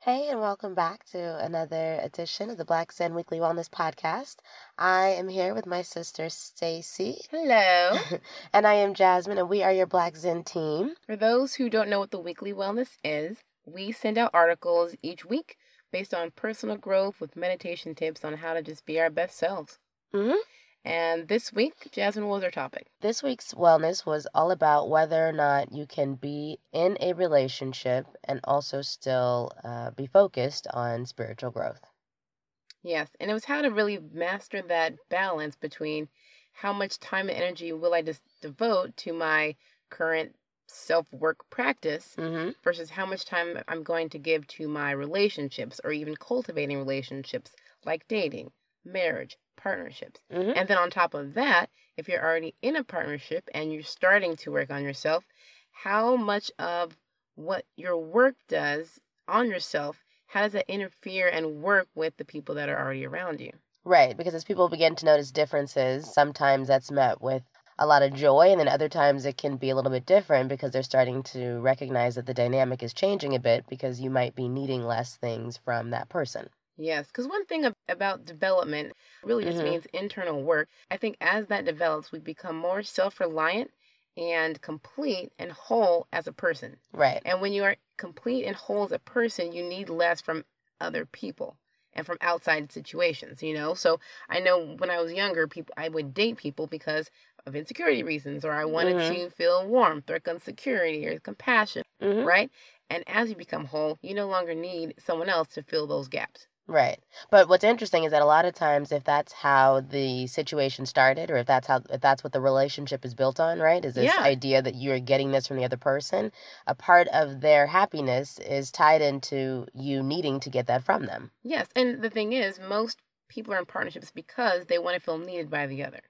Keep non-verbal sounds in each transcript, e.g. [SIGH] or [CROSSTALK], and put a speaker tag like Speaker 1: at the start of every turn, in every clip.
Speaker 1: Hey, and welcome back to another edition of the Black Zen Weekly Wellness Podcast. I am here with my sister Stacy,
Speaker 2: Hello.
Speaker 1: [LAUGHS] and I am Jasmine, and we are your Black Zen team.
Speaker 2: For those who don't know what the weekly wellness is, we send out articles each week based on personal growth with meditation tips on how to just be our best selves. Mm-hmm.
Speaker 1: Mhm.
Speaker 2: And this week, Jasmine, what was our topic?
Speaker 1: This week's wellness was all about whether or not you can be in a relationship and also still uh, be focused on spiritual growth.
Speaker 2: Yes. And it was how to really master that balance between how much time and energy will I just devote to my current self work practice
Speaker 1: Mm-hmm.
Speaker 2: versus how much time I'm going to give to my relationships or even cultivating relationships like dating, marriage, partnerships.
Speaker 1: Mm-hmm.
Speaker 2: And then on top of that, if you're already in a partnership and you're starting to work on yourself, how much of what your work does on yourself, how does that interfere and work with the people that are already around you?
Speaker 1: Right, because as people begin to notice differences, sometimes that's met with a lot of joy, and then other times it can be a little bit different because they're starting to recognize that the dynamic is changing a bit because you might be needing less things from that person.
Speaker 2: Yes, because one thing ab- about development really just
Speaker 1: Mhm.
Speaker 2: means internal work. I think as that develops, we become more self reliant and complete and whole as a person.
Speaker 1: Right.
Speaker 2: And when you are complete and whole as a person, you need less from other people and from outside situations, you know? So I know when I was younger, people I would date people because of insecurity reasons or I wanted
Speaker 1: Mhm.
Speaker 2: to feel warmth or insecurity or compassion,
Speaker 1: Mhm.
Speaker 2: right? And as you become whole, you no longer need someone else to fill those gaps.
Speaker 1: Right. But what's interesting is that a lot of times if that's how the situation started or if that's how if that's what the relationship is built on, right? Is this
Speaker 2: Yeah.
Speaker 1: idea that you're getting this from the other person, a part of their happiness is tied into you needing to get that from them.
Speaker 2: Yes, and the thing is, most people are in partnerships because they want to feel needed by the other,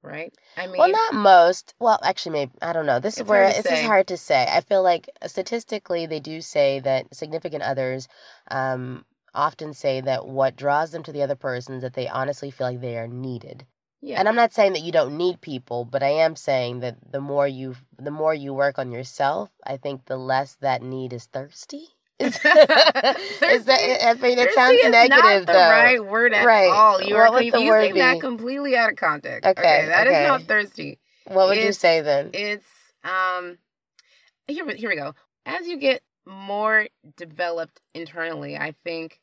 Speaker 2: right? I mean,
Speaker 1: Well, not most. Well, actually, maybe I don't know. This is
Speaker 2: It's
Speaker 1: where
Speaker 2: hard to
Speaker 1: this is
Speaker 2: say.
Speaker 1: hard to say. I feel like uh, statistically, they do say that significant others um, often say that what draws them to the other person is that they honestly feel like they are needed.
Speaker 2: yeah, [LAUGHS]
Speaker 1: And I'm [LAUGHS] not saying that you don't need people, but I am saying that the more you the more you work on yourself, I think the less that need is
Speaker 2: [LAUGHS]
Speaker 1: thirsty. [LAUGHS] Is that, is that, I mean, it
Speaker 2: Thirsty
Speaker 1: sounds
Speaker 2: is
Speaker 1: negative
Speaker 2: not the
Speaker 1: though.
Speaker 2: right word at
Speaker 1: Right.
Speaker 2: all. You
Speaker 1: What
Speaker 2: are
Speaker 1: would the
Speaker 2: using
Speaker 1: word be?
Speaker 2: that completely out of context.
Speaker 1: Okay,
Speaker 2: that is
Speaker 1: okay.
Speaker 2: not thirsty.
Speaker 1: What would you
Speaker 2: It's-
Speaker 1: say then?
Speaker 2: It's um here we- here we go. As you get more developed internally, I think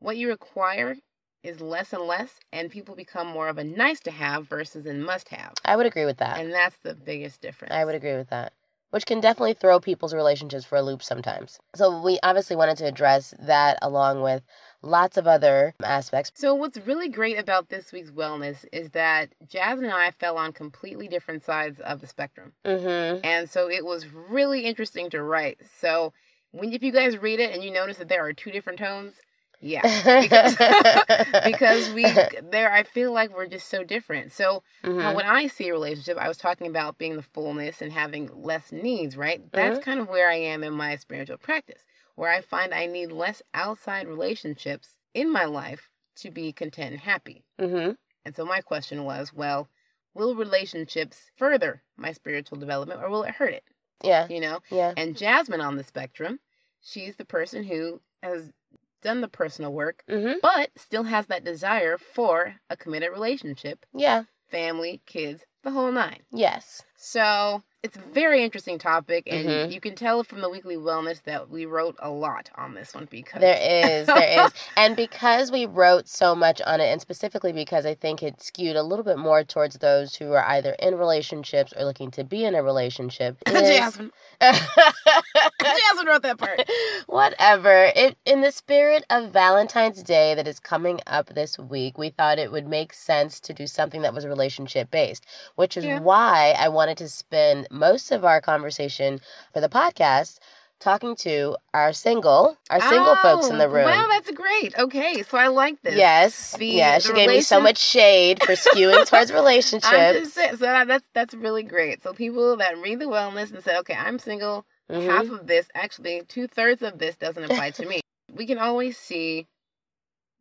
Speaker 2: what you require is less and less, and people become more of a nice to have versus a must have.
Speaker 1: I would agree with that. [LAUGHS]
Speaker 2: And that's the biggest difference.
Speaker 1: I would agree with that. Which can definitely throw people's relationships for a loop sometimes. So we obviously wanted to address that along with lots of other aspects.
Speaker 2: So, what's really great about this week's wellness is that Jazz and I fell on completely different sides of the spectrum.
Speaker 1: [LAUGHS] Mhm.
Speaker 2: And so, it was really interesting to write. So, when if you guys read it and you notice that there are two different tones, yeah. Because, because
Speaker 1: [LAUGHS]
Speaker 2: we there I feel like we're just so different. So, how
Speaker 1: Mhm.
Speaker 2: when I see a relationship, I was talking about being the fullness and having less needs, right? That's kind of where I am in my spiritual practice, where I find I need less outside relationships in my life to be content and happy.
Speaker 1: Mhm.
Speaker 2: And so my question was, well, will relationships further my spiritual development or will it hurt it?
Speaker 1: Yeah.
Speaker 2: You know?
Speaker 1: Yeah.
Speaker 2: And Jasmine on the spectrum, she's the person who has done the personal work,
Speaker 1: Mhm.
Speaker 2: but still has that desire for a committed relationship,
Speaker 1: Yeah.
Speaker 2: family, kids, the whole nine.
Speaker 1: Yes.
Speaker 2: So it's a very interesting topic, and
Speaker 1: Mhm.
Speaker 2: you can tell from the weekly wellness that we wrote a lot on this one because [LAUGHS]
Speaker 1: There is, there is. And because we wrote so much on it, and specifically because I think it skewed a little bit more towards those who are either in relationships or looking to be in a
Speaker 2: [LAUGHS]
Speaker 1: relationship. Is... [LAUGHS]
Speaker 2: Jasmine, Jasmine wrote that part.
Speaker 1: Whatever. It, in the spirit of Valentine's Day that is coming up this week, we thought it would make sense to do something that was relationship based, which is
Speaker 2: Yeah.
Speaker 1: why I wanted to spend most of our conversation for the podcast talking to our single, our single folks in
Speaker 2: Oh,
Speaker 1: the room.
Speaker 2: Wow, that's great. Okay, so I like this.
Speaker 1: Yes.
Speaker 2: The-
Speaker 1: yeah,
Speaker 2: the
Speaker 1: she gave me so
Speaker 2: relation-
Speaker 1: much shade for skewing towards
Speaker 2: [LAUGHS] I'm just
Speaker 1: relationships.
Speaker 2: saying, so that- that's that's really great. So people that read the wellness and say, okay, I'm single.
Speaker 1: Mhm.
Speaker 2: Half of this, actually, two thirds of this doesn't apply to me. We can always see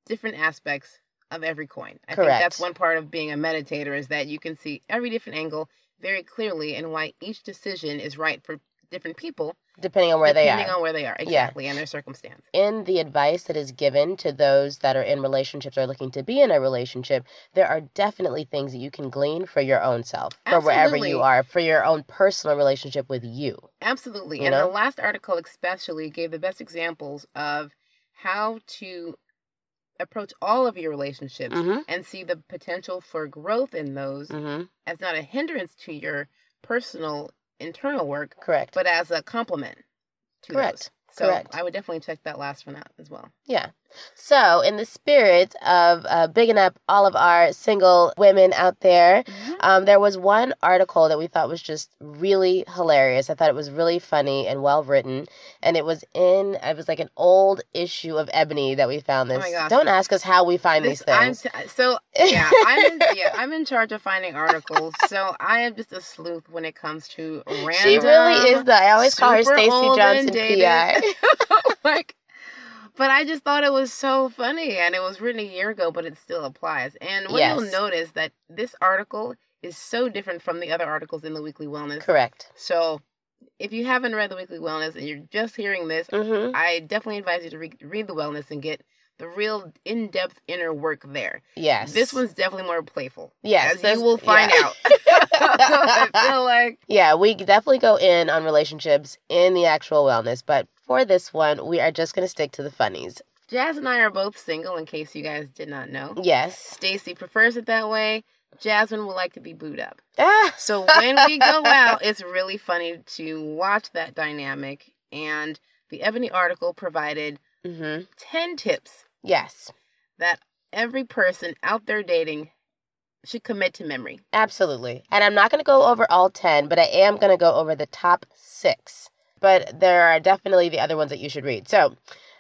Speaker 2: different aspects of every coin. I think
Speaker 1: Correct.
Speaker 2: that's one part of being a meditator is that you can see every different angle very clearly and why each decision is right for different people
Speaker 1: depending on where
Speaker 2: depending
Speaker 1: they are.
Speaker 2: on where they are exactly and their circumstance.
Speaker 1: in the advice that is given to those that are in relationships or looking to be in a relationship, there are definitely things that you can glean for your own self, for wherever
Speaker 2: Absolutely.
Speaker 1: you are, for your own personal relationship with you.
Speaker 2: Absolutely.
Speaker 1: You
Speaker 2: and
Speaker 1: know?
Speaker 2: the last article especially gave the best examples of how to approach all of your relationships
Speaker 1: Mm-hmm.
Speaker 2: and see the potential for growth in those
Speaker 1: Mm-hmm.
Speaker 2: as not a hindrance to your personal internal work,
Speaker 1: Correct.
Speaker 2: but as a complement to
Speaker 1: Correct.
Speaker 2: those. So
Speaker 1: Correct.
Speaker 2: I would definitely check that last one out as well.
Speaker 1: Yeah. So, in the spirit of uh, bigging up all of our single women out there, um, there was one article that we thought was just really hilarious. I thought it was really funny and well written, and it was in it was like an old issue of Ebony that we found
Speaker 2: Oh
Speaker 1: this.
Speaker 2: my gosh.
Speaker 1: Don't ask us how we find
Speaker 2: This-
Speaker 1: these things.
Speaker 2: I'm t- so
Speaker 1: [LAUGHS]
Speaker 2: yeah, I'm in, yeah, I'm in charge of finding articles, so I am just a sleuth when it comes to random.
Speaker 1: she really is the. I always call her
Speaker 2: super
Speaker 1: Stacy
Speaker 2: old
Speaker 1: Johnson
Speaker 2: and dated.
Speaker 1: PI.
Speaker 2: [LAUGHS] like, but I just thought it was so funny, and it was written a year ago, but it still applies. And what you'll
Speaker 1: Yes.
Speaker 2: notice that this article is so different from the other articles in the Weekly
Speaker 1: [LAUGHS]
Speaker 2: Wellness.
Speaker 1: Correct.
Speaker 2: So, if you haven't read the Weekly Wellness and you're just hearing this,
Speaker 1: Mm-hmm.
Speaker 2: I definitely advise you to re- read the Wellness and get the real in-depth inner work there.
Speaker 1: Yes.
Speaker 2: This one's definitely more playful.
Speaker 1: Yes.
Speaker 2: as
Speaker 1: there's-
Speaker 2: you will find
Speaker 1: yeah.
Speaker 2: out. [LAUGHS] so I [LAUGHS] feel like
Speaker 1: [LAUGHS] Yeah, we definitely go in on relationships in the actual wellness, but for this one, we are just going to stick to the funnies.
Speaker 2: Jazz and I are both single, in case you guys did not know.
Speaker 1: Yes.
Speaker 2: Stacy prefers it that way. Jasmine would like to be booed up.
Speaker 1: Ah,
Speaker 2: So when we
Speaker 1: [LAUGHS]
Speaker 2: go out, it's really funny to watch that dynamic. And the Ebony article provided
Speaker 1: hmm
Speaker 2: 10 tips
Speaker 1: Yes,
Speaker 2: that every person out there dating should commit to memory.
Speaker 1: absolutely. And I'm not going to go over all 10, but I am going to go over the top six. But there are definitely the other ones that you should read. So,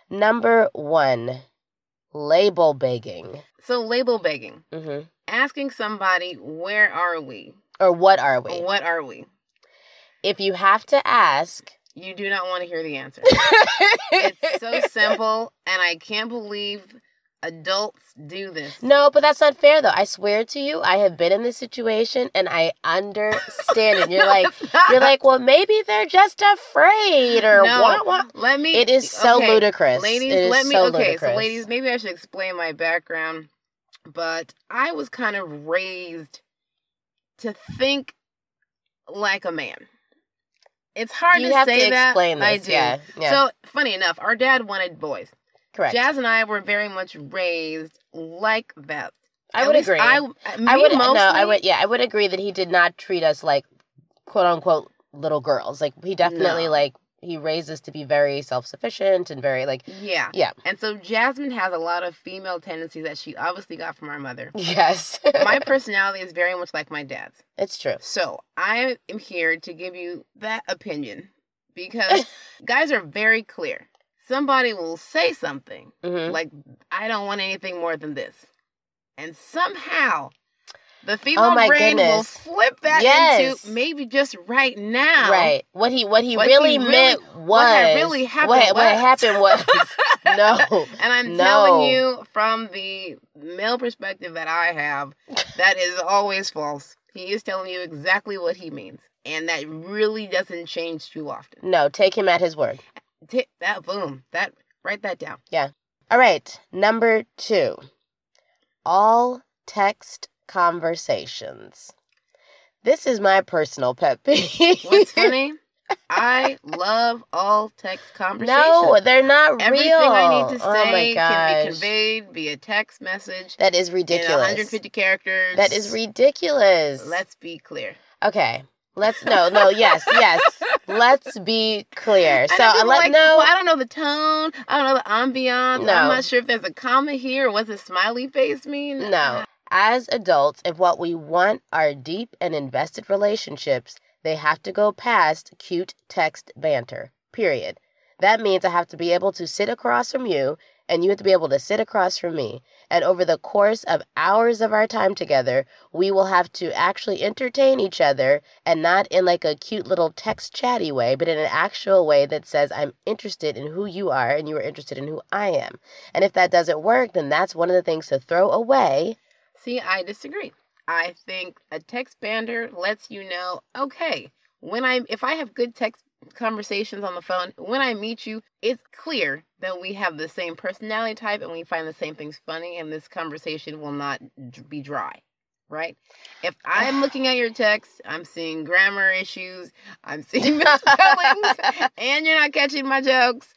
Speaker 1: number one, label begging.
Speaker 2: So label begging,
Speaker 1: hmm
Speaker 2: asking somebody, where are we?
Speaker 1: Or what are we?
Speaker 2: What are we?
Speaker 1: If you have to ask,
Speaker 2: You do not want to hear the answer.
Speaker 1: [LAUGHS]
Speaker 2: it's [LAUGHS] so simple, and I can't believe adults do this.
Speaker 1: No, but that's not fair though. I swear to you, I have been in this situation and I understand
Speaker 2: [LAUGHS]
Speaker 1: it. You're like
Speaker 2: It's not.
Speaker 1: you're like, well maybe they're just afraid or
Speaker 2: No.
Speaker 1: what what
Speaker 2: Let me.
Speaker 1: it is so
Speaker 2: okay,
Speaker 1: ludicrous.
Speaker 2: Ladies,
Speaker 1: It is
Speaker 2: let me.
Speaker 1: so
Speaker 2: okay,
Speaker 1: ludicrous.
Speaker 2: so ladies, maybe I should explain my background, but I was kind of raised to think like a man. It's hard
Speaker 1: you
Speaker 2: to
Speaker 1: have
Speaker 2: say
Speaker 1: to
Speaker 2: that.
Speaker 1: explain
Speaker 2: I
Speaker 1: this.
Speaker 2: do.
Speaker 1: Yeah. Yeah.
Speaker 2: So funny enough, our dad wanted boys.
Speaker 1: Correct.
Speaker 2: Jazz and I were very much raised like that.
Speaker 1: I
Speaker 2: At
Speaker 1: would
Speaker 2: least
Speaker 1: agree.
Speaker 2: I,
Speaker 1: I,
Speaker 2: me
Speaker 1: would
Speaker 2: mostly,
Speaker 1: no, I would yeah, I would agree that he did not treat us like quote unquote little girls. Like he definitely
Speaker 2: No.
Speaker 1: like he raised us to be very self sufficient and very like [LAUGHS]
Speaker 2: Yeah.
Speaker 1: Yeah.
Speaker 2: And so Jasmine has a lot of female tendencies that she obviously got from our mother.
Speaker 1: Yes.
Speaker 2: My personality is very much like my dad's.
Speaker 1: [LAUGHS] it's true.
Speaker 2: So I am here to give you that opinion
Speaker 1: [LAUGHS]
Speaker 2: because guys are very clear. Somebody will say something
Speaker 1: hmm
Speaker 2: like, I don't want anything more than this. And somehow the female
Speaker 1: Oh my
Speaker 2: brain will
Speaker 1: goodness.
Speaker 2: flip that
Speaker 1: Yes.
Speaker 2: into maybe just right now.
Speaker 1: Right. What he what he
Speaker 2: What he
Speaker 1: really
Speaker 2: really-
Speaker 1: meant was
Speaker 2: what had really happened
Speaker 1: What, what
Speaker 2: was-
Speaker 1: happened was
Speaker 2: [LAUGHS]
Speaker 1: no.
Speaker 2: And I'm
Speaker 1: No.
Speaker 2: telling you from the male perspective that I
Speaker 1: [LAUGHS]
Speaker 2: have, that is always false. He is telling you exactly what he means. And that really doesn't change too often.
Speaker 1: No, take him at his word.
Speaker 2: Tick that boom. That write
Speaker 1: [LAUGHS]
Speaker 2: that down.
Speaker 1: All right. Number 2. All text conversations. This is my personal pet peeve.
Speaker 2: What's funny? I love all text
Speaker 1: [LAUGHS]
Speaker 2: conversations.
Speaker 1: No, they're not
Speaker 2: Everything
Speaker 1: real.
Speaker 2: I need to
Speaker 1: oh my
Speaker 2: say
Speaker 1: gosh.
Speaker 2: can be conveyed via text message
Speaker 1: That is
Speaker 2: in
Speaker 1: ridiculous.
Speaker 2: 150 characters.
Speaker 1: That is ridiculous.
Speaker 2: Let's be clear.
Speaker 1: okay. Let's no, no, yes,
Speaker 2: [LAUGHS]
Speaker 1: yes. Let's be clear.
Speaker 2: I
Speaker 1: So
Speaker 2: know people
Speaker 1: I
Speaker 2: are
Speaker 1: let
Speaker 2: like,
Speaker 1: no
Speaker 2: well, I don't know the tone. I don't know the ambiance.
Speaker 1: No.
Speaker 2: I'm not sure if there's a comma here. Or what's a smiley face mean?
Speaker 1: No. As adults, if what we want are deep and invested relationships, they have to go past cute text banter. Period. That means I have to be able to sit across from you and you have to be able to sit across from me. And over the course of hours of our time together, we will have to actually entertain each other and not in like a cute little text chatty way, but in an actual way that says, I'm interested in who you are and you are interested in who I am. And if that doesn't work, then that's one of the things to throw away.
Speaker 2: See, I disagree. I think a text bander lets you know, okay, when I am if I have good text conversations on the phone, when I meet you, it's clear that we have the same personality type and we find the same things funny, and this conversation will not d- be dry, right? If I'm looking at your text, I'm seeing grammar issues, I'm [LAUGHS] seeing misspellings, and you're not catching my jokes.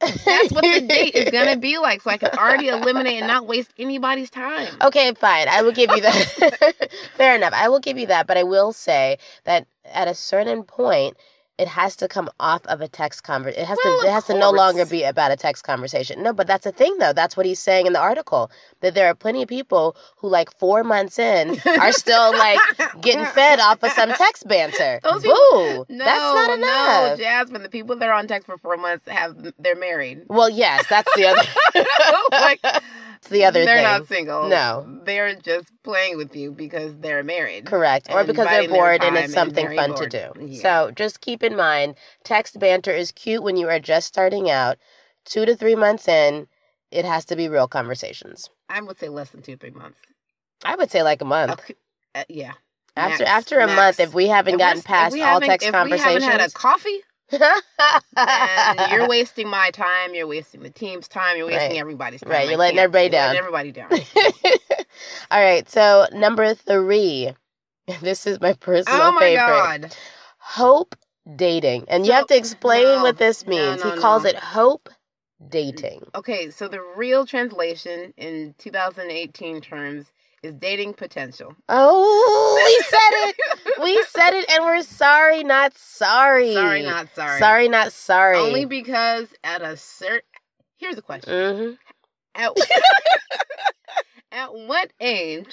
Speaker 2: That's what the date is gonna be like. So I can already eliminate and not waste anybody's time.
Speaker 1: [LAUGHS] Okay, fine. I will give you that. [LAUGHS] Fair enough. I will give you that, but I will say that at a certain point, it has to come off of a text conversation. It has
Speaker 2: Well,
Speaker 1: to. It
Speaker 2: of
Speaker 1: has to no
Speaker 2: course.
Speaker 1: longer be about a text conversation. No, but that's the thing, though. That's what he's saying in the article that there are plenty of people who, like four months
Speaker 2: [LAUGHS]
Speaker 1: in, are still like getting fed off of some text banter.
Speaker 2: Those
Speaker 1: Boo!
Speaker 2: people-
Speaker 1: that's not enough.
Speaker 2: No, Jasmine, the people that are on text for four months have
Speaker 1: [LAUGHS]
Speaker 2: they're married. [LAUGHS]
Speaker 1: well, yes, that's the other. [LAUGHS]
Speaker 2: Like,
Speaker 1: It's the other
Speaker 2: they're
Speaker 1: thing.
Speaker 2: not single.
Speaker 1: No.
Speaker 2: They're just playing with you because they're married.
Speaker 1: Correct. Or
Speaker 2: and
Speaker 1: because they're
Speaker 2: inviting their
Speaker 1: bored and
Speaker 2: time
Speaker 1: it's
Speaker 2: and
Speaker 1: something
Speaker 2: very
Speaker 1: fun
Speaker 2: bored.
Speaker 1: to do.
Speaker 2: Yeah.
Speaker 1: So just keep in mind text banter is cute when you are just starting out. Two to three months in, it has to be real conversations.
Speaker 2: I would say less than two, three months.
Speaker 1: I would say like a month.
Speaker 2: Okay. Uh, yeah.
Speaker 1: After
Speaker 2: Max,
Speaker 1: after a
Speaker 2: max.
Speaker 1: month, if we haven't
Speaker 2: If we're-
Speaker 1: gotten
Speaker 2: if
Speaker 1: past
Speaker 2: we
Speaker 1: all
Speaker 2: haven't-
Speaker 1: text
Speaker 2: if
Speaker 1: conversations,
Speaker 2: we haven't had a
Speaker 1: [LAUGHS]
Speaker 2: coffee, [LAUGHS] then you're wasting my time. You're wasting the team's time. You're wasting
Speaker 1: Right.
Speaker 2: everybody's time.
Speaker 1: Right,
Speaker 2: I
Speaker 1: you're letting
Speaker 2: can't.
Speaker 1: everybody
Speaker 2: You're letting
Speaker 1: down.
Speaker 2: everybody
Speaker 1: [LAUGHS]
Speaker 2: down.
Speaker 1: [LAUGHS] all right. So number three, [LAUGHS] this is my personal
Speaker 2: oh my
Speaker 1: favorite.
Speaker 2: god.
Speaker 1: hope dating. And you
Speaker 2: So-
Speaker 1: have to explain
Speaker 2: no,
Speaker 1: what this
Speaker 2: no,
Speaker 1: means.
Speaker 2: no,
Speaker 1: he calls
Speaker 2: no.
Speaker 1: it hope dating.
Speaker 2: Okay, so the real translation in 2018 terms is
Speaker 1: [LAUGHS]
Speaker 2: dating potential.
Speaker 1: Oh, we said it. We said it and we're sorry, not sorry.
Speaker 2: [LAUGHS] Sorry, not sorry.
Speaker 1: Sorry, not sorry.
Speaker 2: Only because at a certain. Here's a question.
Speaker 1: Mhm.
Speaker 2: At, [LAUGHS] at what age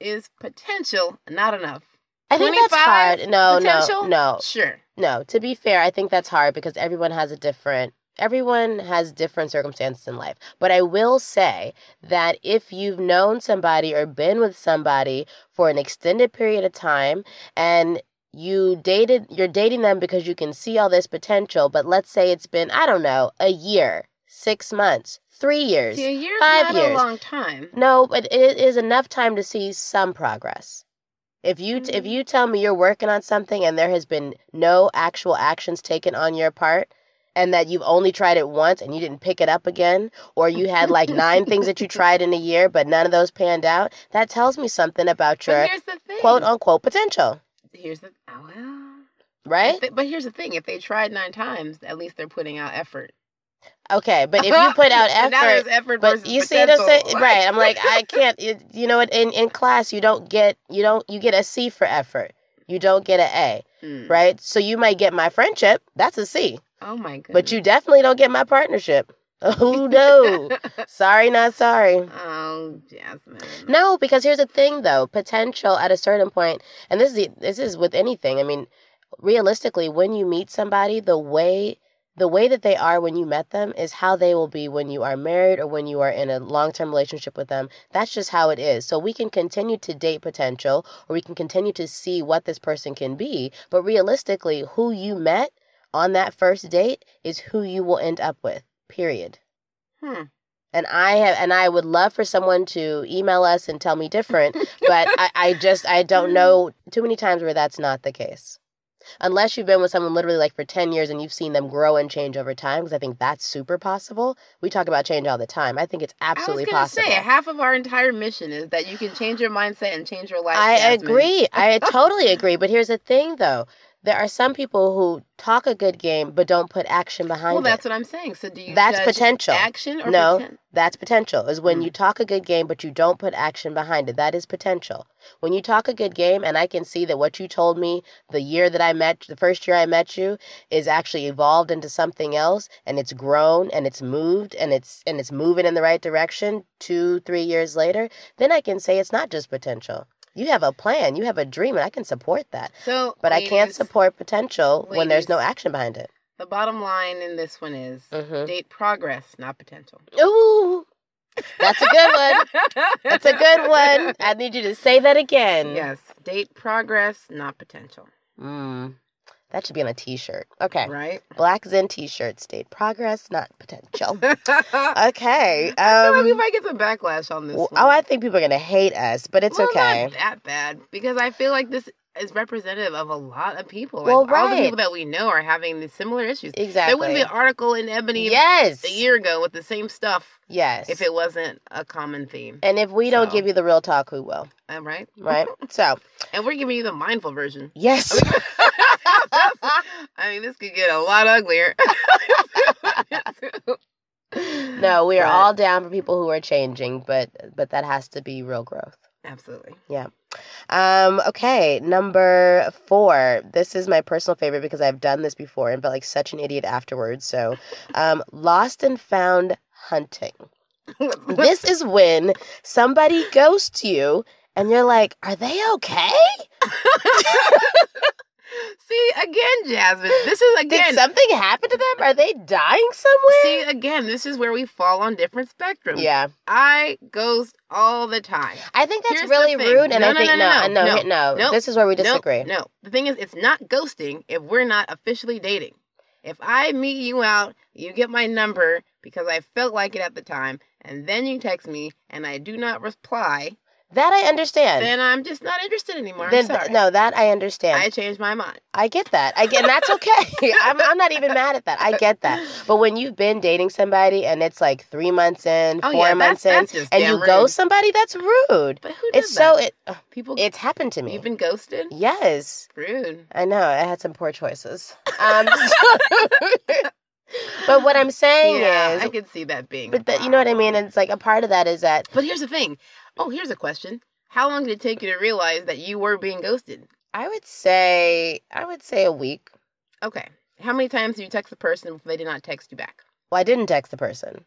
Speaker 2: is potential not enough?
Speaker 1: I think that's
Speaker 2: 25
Speaker 1: hard. No,
Speaker 2: potential?
Speaker 1: no, no,
Speaker 2: Sure.
Speaker 1: no. To be fair, I think that's hard because everyone has a different everyone has different circumstances in life. But I will say that if you've known somebody or been with somebody for an extended period of time and you dated you're dating them because you can see all this potential, but let's say it's been, I don't know, a year, six months, three years.
Speaker 2: See, a year's
Speaker 1: Five
Speaker 2: not a
Speaker 1: years. Mm,
Speaker 2: long time.
Speaker 1: No, but it is enough time to see some progress. If you if
Speaker 2: Mm.
Speaker 1: you tell me you're working on something and there has been no actual actions taken on your part and that you've only tried it once and you didn't pick it up again or you had like nine things
Speaker 2: [LAUGHS]
Speaker 1: that you tried in a year but none of those panned out, that tells me something about
Speaker 2: But
Speaker 1: your
Speaker 2: here's the thing.
Speaker 1: quote unquote potential,
Speaker 2: Here's the. Oh, well.
Speaker 1: right?
Speaker 2: If they- but here's the thing. If they tried nine times, at least they're putting out effort.
Speaker 1: Okay, but if you put out
Speaker 2: [LAUGHS] And now there's
Speaker 1: effort
Speaker 2: effort
Speaker 1: but
Speaker 2: versus
Speaker 1: you see what I'm saying?
Speaker 2: potential.
Speaker 1: Right. I'm like, I can't it, you know what in, in class you don't get you don't you get a C for effort. You don't get an A.
Speaker 2: [LAUGHS] Hmm.
Speaker 1: right? So you might get my friendship, that's a C,
Speaker 2: Oh my goodness.
Speaker 1: but you definitely don't get my partnership. [LAUGHS] Oh
Speaker 2: [LAUGHS]
Speaker 1: no. sorry, not sorry.
Speaker 2: oh, Jasmine.
Speaker 1: No, because here's the thing though, potential at a certain point, and this is the- this is with anything. I mean, realistically, when you meet somebody, the way the way that they are when you met them is how they will be when you are married or when you are in a long-term relationship with them. That's just how it is. So we can continue to date potential or we can continue to see what this person can be, but realistically, who you met on that first date is who you will end up with. Period.
Speaker 2: Hmm.
Speaker 1: And I have, and I would love for someone to email us and tell me different, but I, I just, I
Speaker 2: [LAUGHS]
Speaker 1: don't know too many times where that's not the case. Unless you've been with someone literally like for 10 years and you've seen them grow and change over time, because I think that's super possible. We talk about change all the time. I think it's absolutely
Speaker 2: I was gonna
Speaker 1: possible.
Speaker 2: Say, half of our entire mission is that you can change your mindset and change your life.
Speaker 1: I
Speaker 2: Jasmine.
Speaker 1: agree. I totally agree. But here's the thing though there are some people who talk a good game, but don't put action behind
Speaker 2: Well, that's
Speaker 1: it.
Speaker 2: what I'm saying. So do you
Speaker 1: That's
Speaker 2: judge
Speaker 1: potential.
Speaker 2: action or
Speaker 1: No.
Speaker 2: poten-
Speaker 1: That's potential. Is when
Speaker 2: Mm.
Speaker 1: you talk a good game but you don't put action behind it. That is potential. When you talk a good game and I can see that what you told me the year that I met the first year I met you is actually evolved into something else and it's grown and it's moved and it's and it's moving in the right direction 2 3 years later, then I can say it's not just potential. You have a plan, you have a dream and I can support that.
Speaker 2: So,
Speaker 1: But I can't
Speaker 2: ladies,
Speaker 1: support potential when there's no
Speaker 2: ladies.
Speaker 1: action behind it.
Speaker 2: The bottom line in this one is
Speaker 1: Mhm.
Speaker 2: date progress, not potential.
Speaker 1: Ooh. That's a good one. That's a
Speaker 2: [LAUGHS]
Speaker 1: good one. I need you to say that again.
Speaker 2: Yes, date progress, not potential.
Speaker 1: Mm, that should be on a t shirt. Okay.
Speaker 2: Right. [LAUGHS]
Speaker 1: Black Zen t shirt state progress, not potential.
Speaker 2: I
Speaker 1: Okay.
Speaker 2: feel like we
Speaker 1: Um,
Speaker 2: might get some backlash on this.
Speaker 1: w-
Speaker 2: one.
Speaker 1: oh, I think people are going to hate us, but it's
Speaker 2: well,
Speaker 1: okay.
Speaker 2: Not that bad because I feel like this is representative of a lot of people. Like,
Speaker 1: Well,
Speaker 2: All the
Speaker 1: right.
Speaker 2: people that we know are having the similar issues.
Speaker 1: Exactly.
Speaker 2: There wouldn't be an article in Ebony
Speaker 1: yes.
Speaker 2: a year ago with the same stuff
Speaker 1: yes.
Speaker 2: if it wasn't a common theme.
Speaker 1: and if we don't
Speaker 2: So.
Speaker 1: give you the real talk, who will?
Speaker 2: All right. [LAUGHS]
Speaker 1: Right. so
Speaker 2: And we're giving you the
Speaker 1: [LAUGHS]
Speaker 2: mindful version. [LAUGHS]
Speaker 1: yes.
Speaker 2: I mean, this could get a lot uglier. [LAUGHS]
Speaker 1: No, we are
Speaker 2: But-
Speaker 1: all down for people who are changing, but but that has to be real growth.
Speaker 2: Absolutely.
Speaker 1: Um, okay, number four. This is my personal favorite because I've done this before and felt like such an idiot afterwards. So, um, lost and found hunting. This is when somebody ghosts you and you're like, "Are they okay?
Speaker 2: See again, Jasmine. This is
Speaker 1: Did
Speaker 2: again.
Speaker 1: something happen to them? Are they dying somewhere?"
Speaker 2: See again. This is where we fall on different spectrums.
Speaker 1: yeah,
Speaker 2: I ghost all the time.
Speaker 1: I think that's
Speaker 2: Here's the
Speaker 1: really
Speaker 2: thing.
Speaker 1: rude, and
Speaker 2: No,
Speaker 1: I
Speaker 2: no,
Speaker 1: think
Speaker 2: no, no,
Speaker 1: no,
Speaker 2: no,
Speaker 1: no, no,
Speaker 2: no,
Speaker 1: This is where we
Speaker 2: No,
Speaker 1: disagree.
Speaker 2: No, the thing is, it's not ghosting if we're not officially dating. If I meet you out, you get my number because I felt like it at the time, and then you text me and I do not reply,
Speaker 1: That I understand.
Speaker 2: then I'm just not interested anymore. I'm
Speaker 1: Then-
Speaker 2: sorry.
Speaker 1: no, that I understand.
Speaker 2: I changed my mind.
Speaker 1: I get that. I get, and that's okay. [LAUGHS] I'm, I'm not even mad at that. I get that. But when you've been dating somebody and it's like three months in,
Speaker 2: Oh
Speaker 1: four
Speaker 2: yeah, that's,
Speaker 1: months in,
Speaker 2: that's just
Speaker 1: and
Speaker 2: damn
Speaker 1: you
Speaker 2: rude.
Speaker 1: ghost somebody, that's rude.
Speaker 2: But who does
Speaker 1: It's
Speaker 2: that?
Speaker 1: so it, ugh,
Speaker 2: people.
Speaker 1: it's happened to me.
Speaker 2: You've been ghosted.
Speaker 1: yes,
Speaker 2: Rude.
Speaker 1: I know. I had some poor
Speaker 2: [LAUGHS]
Speaker 1: choices. Um, but what I'm saying
Speaker 2: yeah, I
Speaker 1: is,
Speaker 2: could see that being. a
Speaker 1: but the, you know what I mean.
Speaker 2: problem.
Speaker 1: And it's like a part of that is that
Speaker 2: But here's the thing. Oh, here's a question. How long did it take you to realize that you were being ghosted?
Speaker 1: I would say I would say a week.
Speaker 2: Okay. How many times did you text the person if they did not text you back?
Speaker 1: Well, I didn't text the person.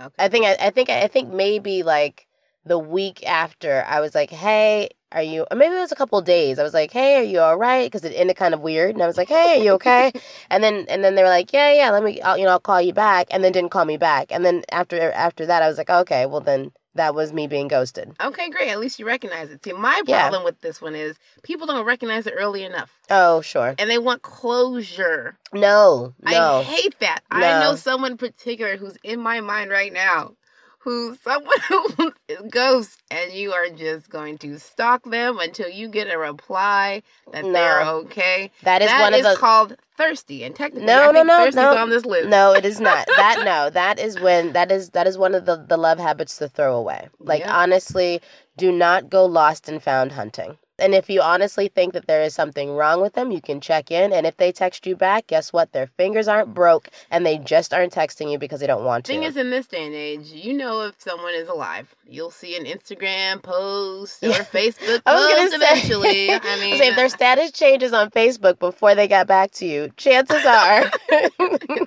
Speaker 2: Okay.
Speaker 1: I think I, I think I think maybe like the week after I was like, "Hey, are you?" Or maybe it was a couple days. I was like, "Hey, are you all right?" Because it ended kind of weird, and I was like, "Hey, are you
Speaker 2: [LAUGHS]
Speaker 1: okay?" and then and then they were like, "Yeah, yeah, let me, I'll, you know, I'll call you back," and then didn't call me back. And then after after that, I was like, "Okay, well then that was me being ghosted."
Speaker 2: Okay, great. At least you recognize it. See, my
Speaker 1: Yeah.
Speaker 2: problem with this one is people don't recognize it early enough
Speaker 1: Oh, sure.
Speaker 2: and they want closure.
Speaker 1: No,
Speaker 2: I
Speaker 1: no.
Speaker 2: hate that. I
Speaker 1: No.
Speaker 2: know someone in particular who's in my mind right now who's [LAUGHS] someone who ghosts and you are just going to stalk them until you get a reply that they're
Speaker 1: No.
Speaker 2: okay.
Speaker 1: that
Speaker 2: That
Speaker 1: is
Speaker 2: is
Speaker 1: one of the
Speaker 2: called thirsty and technically
Speaker 1: No,
Speaker 2: I
Speaker 1: no,
Speaker 2: think
Speaker 1: no,
Speaker 2: thirsty's
Speaker 1: no,
Speaker 2: on this list.
Speaker 1: No, it is not. That no, that is when that is that is one of the the love habits to throw away. Like
Speaker 2: Yeah.
Speaker 1: honestly, do not go lost and found hunting. And if you honestly think that there is something wrong with them, you can check in. And if they text you back, guess what? Their fingers aren't broke, and they just aren't texting you because they don't want
Speaker 2: Thing
Speaker 1: to.
Speaker 2: is, in this day and age, you know if someone is alive. You'll see an Instagram post or
Speaker 1: Yeah.
Speaker 2: a Facebook
Speaker 1: [LAUGHS] I was gonna
Speaker 2: post
Speaker 1: say- [LAUGHS]
Speaker 2: eventually. I mean,
Speaker 1: so if their status changes on Facebook before they got back to you, chances
Speaker 2: [LAUGHS]
Speaker 1: are [LAUGHS]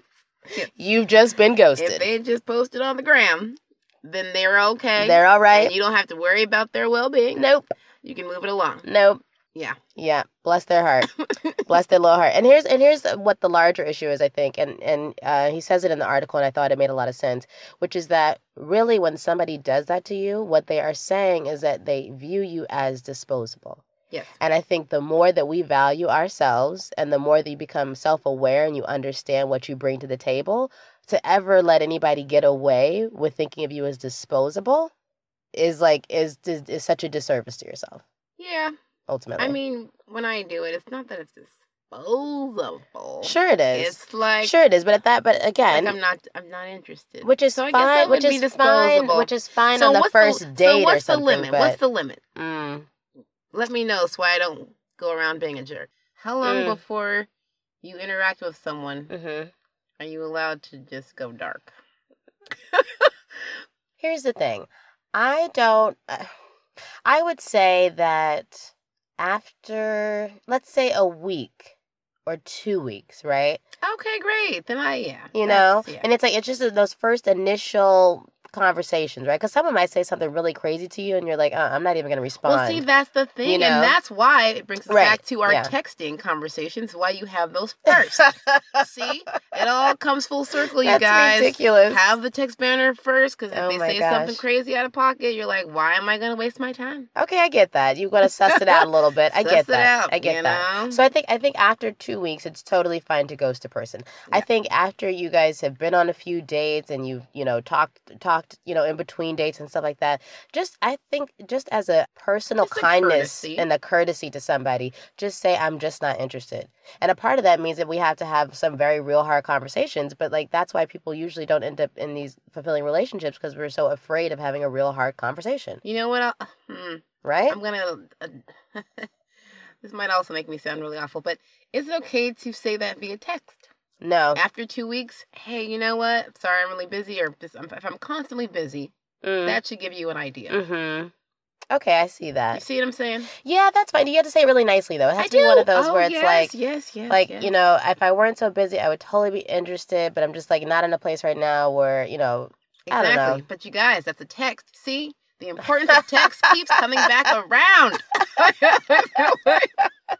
Speaker 1: you've just been
Speaker 2: if
Speaker 1: ghosted.
Speaker 2: they just posted on the gram, then they're okay.
Speaker 1: They're all
Speaker 2: And
Speaker 1: right.
Speaker 2: you don't have to worry about their well being.
Speaker 1: Nope.
Speaker 2: You can move it along.
Speaker 1: Nope.
Speaker 2: Yeah.
Speaker 1: Yeah. Bless their
Speaker 2: [LAUGHS]
Speaker 1: heart. Bless their little heart. And here's and here's what the larger issue is, I think. And and uh, he says it in the article, and I thought it made a lot of sense, which is that really when somebody does that to you, what they are saying is that they view you as disposable.
Speaker 2: Yes.
Speaker 1: And I think the more that we value ourselves and the more that you become self aware and you understand what you bring to the table, to ever let anybody get away with thinking of you as disposable is like is is, is such a disservice to yourself,
Speaker 2: Yeah.
Speaker 1: ultimately.
Speaker 2: I mean, when I do it, it's not that it's disposable.
Speaker 1: Sure it is.
Speaker 2: It's like,
Speaker 1: sure it is, but at that but
Speaker 2: like
Speaker 1: again,
Speaker 2: I'm not. I'm not interested.
Speaker 1: which is
Speaker 2: So I guess that
Speaker 1: fine,
Speaker 2: would
Speaker 1: which
Speaker 2: be
Speaker 1: is fine,
Speaker 2: disposable.
Speaker 1: which is fine
Speaker 2: so
Speaker 1: on the
Speaker 2: what's
Speaker 1: first
Speaker 2: the,
Speaker 1: date
Speaker 2: so
Speaker 1: or
Speaker 2: what's the
Speaker 1: something.
Speaker 2: limit?
Speaker 1: But,
Speaker 2: What's the limit?
Speaker 1: mm,
Speaker 2: let me know so I don't go around being a jerk. How long
Speaker 1: Mm.
Speaker 2: before you interact with someone
Speaker 1: mhm.
Speaker 2: are you allowed to just go dark?
Speaker 1: Here's the thing. I don't [SIGHS] I would say that after let's say a week or 2 weeks, right?
Speaker 2: Okay, great. Then I yeah.
Speaker 1: You know?
Speaker 2: that's- yeah.
Speaker 1: And it's like it's just those first initial conversations, right? Cuz someone might say something really crazy to you and you're like, uh, "I'm not even going to respond."
Speaker 2: well, see, that's the thing,
Speaker 1: know?
Speaker 2: and that's why it brings us
Speaker 1: Right,
Speaker 2: back to our
Speaker 1: yeah.
Speaker 2: texting conversations. Why you have [LAUGHS] those first? see, it all comes full circle, you
Speaker 1: That's
Speaker 2: guys.
Speaker 1: ridiculous.
Speaker 2: Have the text banner first, because if
Speaker 1: Oh
Speaker 2: they
Speaker 1: my
Speaker 2: say something
Speaker 1: gosh.
Speaker 2: crazy out of pocket, you're like, why am I going to waste my time?
Speaker 1: Okay, I get that. You've got to suss it out a little
Speaker 2: [LAUGHS]
Speaker 1: bit. I
Speaker 2: Suss
Speaker 1: get
Speaker 2: it
Speaker 1: that.
Speaker 2: out,
Speaker 1: I get
Speaker 2: you
Speaker 1: that.
Speaker 2: know?
Speaker 1: So I think I think after two weeks, it's totally fine to ghost a person. I
Speaker 2: Yeah.
Speaker 1: think after you guys have been on a few dates and you've you know talked talked talked, you know, in between dates and stuff like that. Just I think just as a personal
Speaker 2: Just a
Speaker 1: kindness
Speaker 2: courtesy.
Speaker 1: and a courtesy to somebody, just say I'm just not interested. And a part of that means that we have to have some very real hard conversations, but like that's why people usually don't end up in these fulfilling relationships because we're so afraid of having a real hard conversation,
Speaker 2: You know what? I'll, hmm,
Speaker 1: right?
Speaker 2: I'm gonna. Uh, [LAUGHS] this might also make me sound really awful, but is it okay to say that via text?
Speaker 1: No.
Speaker 2: After two weeks, hey, you know what? Sorry, I'm really busy, or if I'm- if I'm constantly busy, that should give you an idea.
Speaker 1: Mm, Mm-hmm. Okay, I see
Speaker 2: You
Speaker 1: that.
Speaker 2: see what I'm saying?
Speaker 1: Yeah, that's fine. You have to say it really nicely though. It has
Speaker 2: I
Speaker 1: to be one
Speaker 2: do.
Speaker 1: of those
Speaker 2: Oh,
Speaker 1: where it's
Speaker 2: yes,
Speaker 1: like
Speaker 2: yes, yes,
Speaker 1: like
Speaker 2: yes.
Speaker 1: you know if i weren't so busy i would totally be interested but i'm just like not in a place right now where you know I don't
Speaker 2: exactly.
Speaker 1: know.
Speaker 2: But you guys, that's a text. See, the importance of text keeps coming back
Speaker 1: [LAUGHS]
Speaker 2: around.
Speaker 1: [LAUGHS]
Speaker 2: [LAUGHS]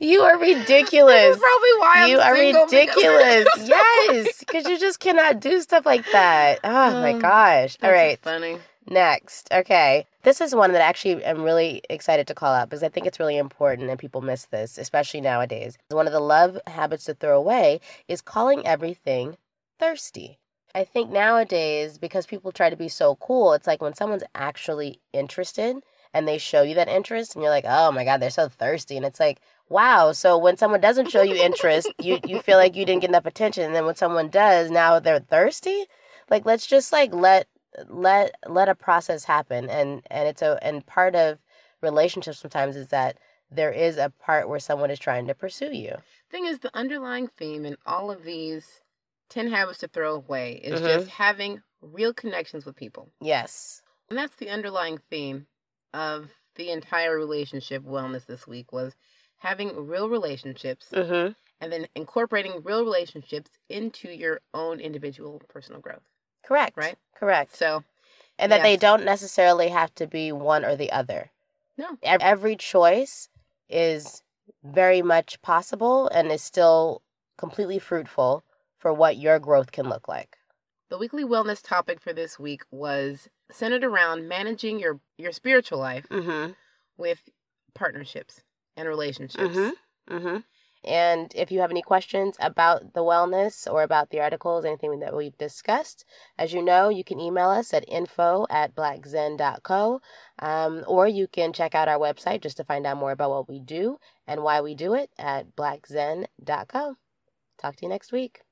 Speaker 1: you are
Speaker 2: This
Speaker 1: ridiculous [LAUGHS]
Speaker 2: is probably why I'm
Speaker 1: you are
Speaker 2: single, because- [LAUGHS]
Speaker 1: ridiculous [LAUGHS] yes because you just cannot do stuff like [LAUGHS] that oh my
Speaker 2: Um,
Speaker 1: gosh all
Speaker 2: That's
Speaker 1: right
Speaker 2: Funny.
Speaker 1: next okay this is one that I actually i'm really excited to call out because i think it's really important and people miss this especially nowadays one of the love habits to throw away is calling everything thirsty I think nowadays, because people try to be so cool, it's like when someone's actually interested and they show you that interest, and you're like, oh my God, they're so thirsty. And it's like, wow. So when someone doesn't show you interest, you, you feel like you didn't get enough attention. And then when someone does, now they're thirsty. Like, let's just like let let let a process happen and and it's a and part of relationships sometimes is that there is a part where someone is trying to pursue you
Speaker 2: Thing is, the underlying theme in all of these ten habits to throw away is
Speaker 1: Mhm.
Speaker 2: just having real connections with people,
Speaker 1: yes
Speaker 2: and that's the underlying theme of the entire relationship wellness this week was having real relationships
Speaker 1: mm-hmm.
Speaker 2: and then incorporating real relationships into your own individual personal growth.
Speaker 1: correct
Speaker 2: Right.
Speaker 1: correct
Speaker 2: So
Speaker 1: and that they
Speaker 2: Yes.
Speaker 1: don't necessarily have to be one or the other.
Speaker 2: No.
Speaker 1: Ev- Every choice is very much possible and is still completely fruitful for what your growth can look like.
Speaker 2: the weekly wellness topic for this week was centered around managing your your spiritual life
Speaker 1: Mm-hmm.
Speaker 2: with partnerships and relationships.
Speaker 1: Mm-hmm. And if you have any questions about the wellness or about the articles, anything that we've discussed, as you know, you can email us at info at blackzen.co, um, or you can check out our website just to find out more about what we do and why we do it at blackzen.co. Talk to you next week.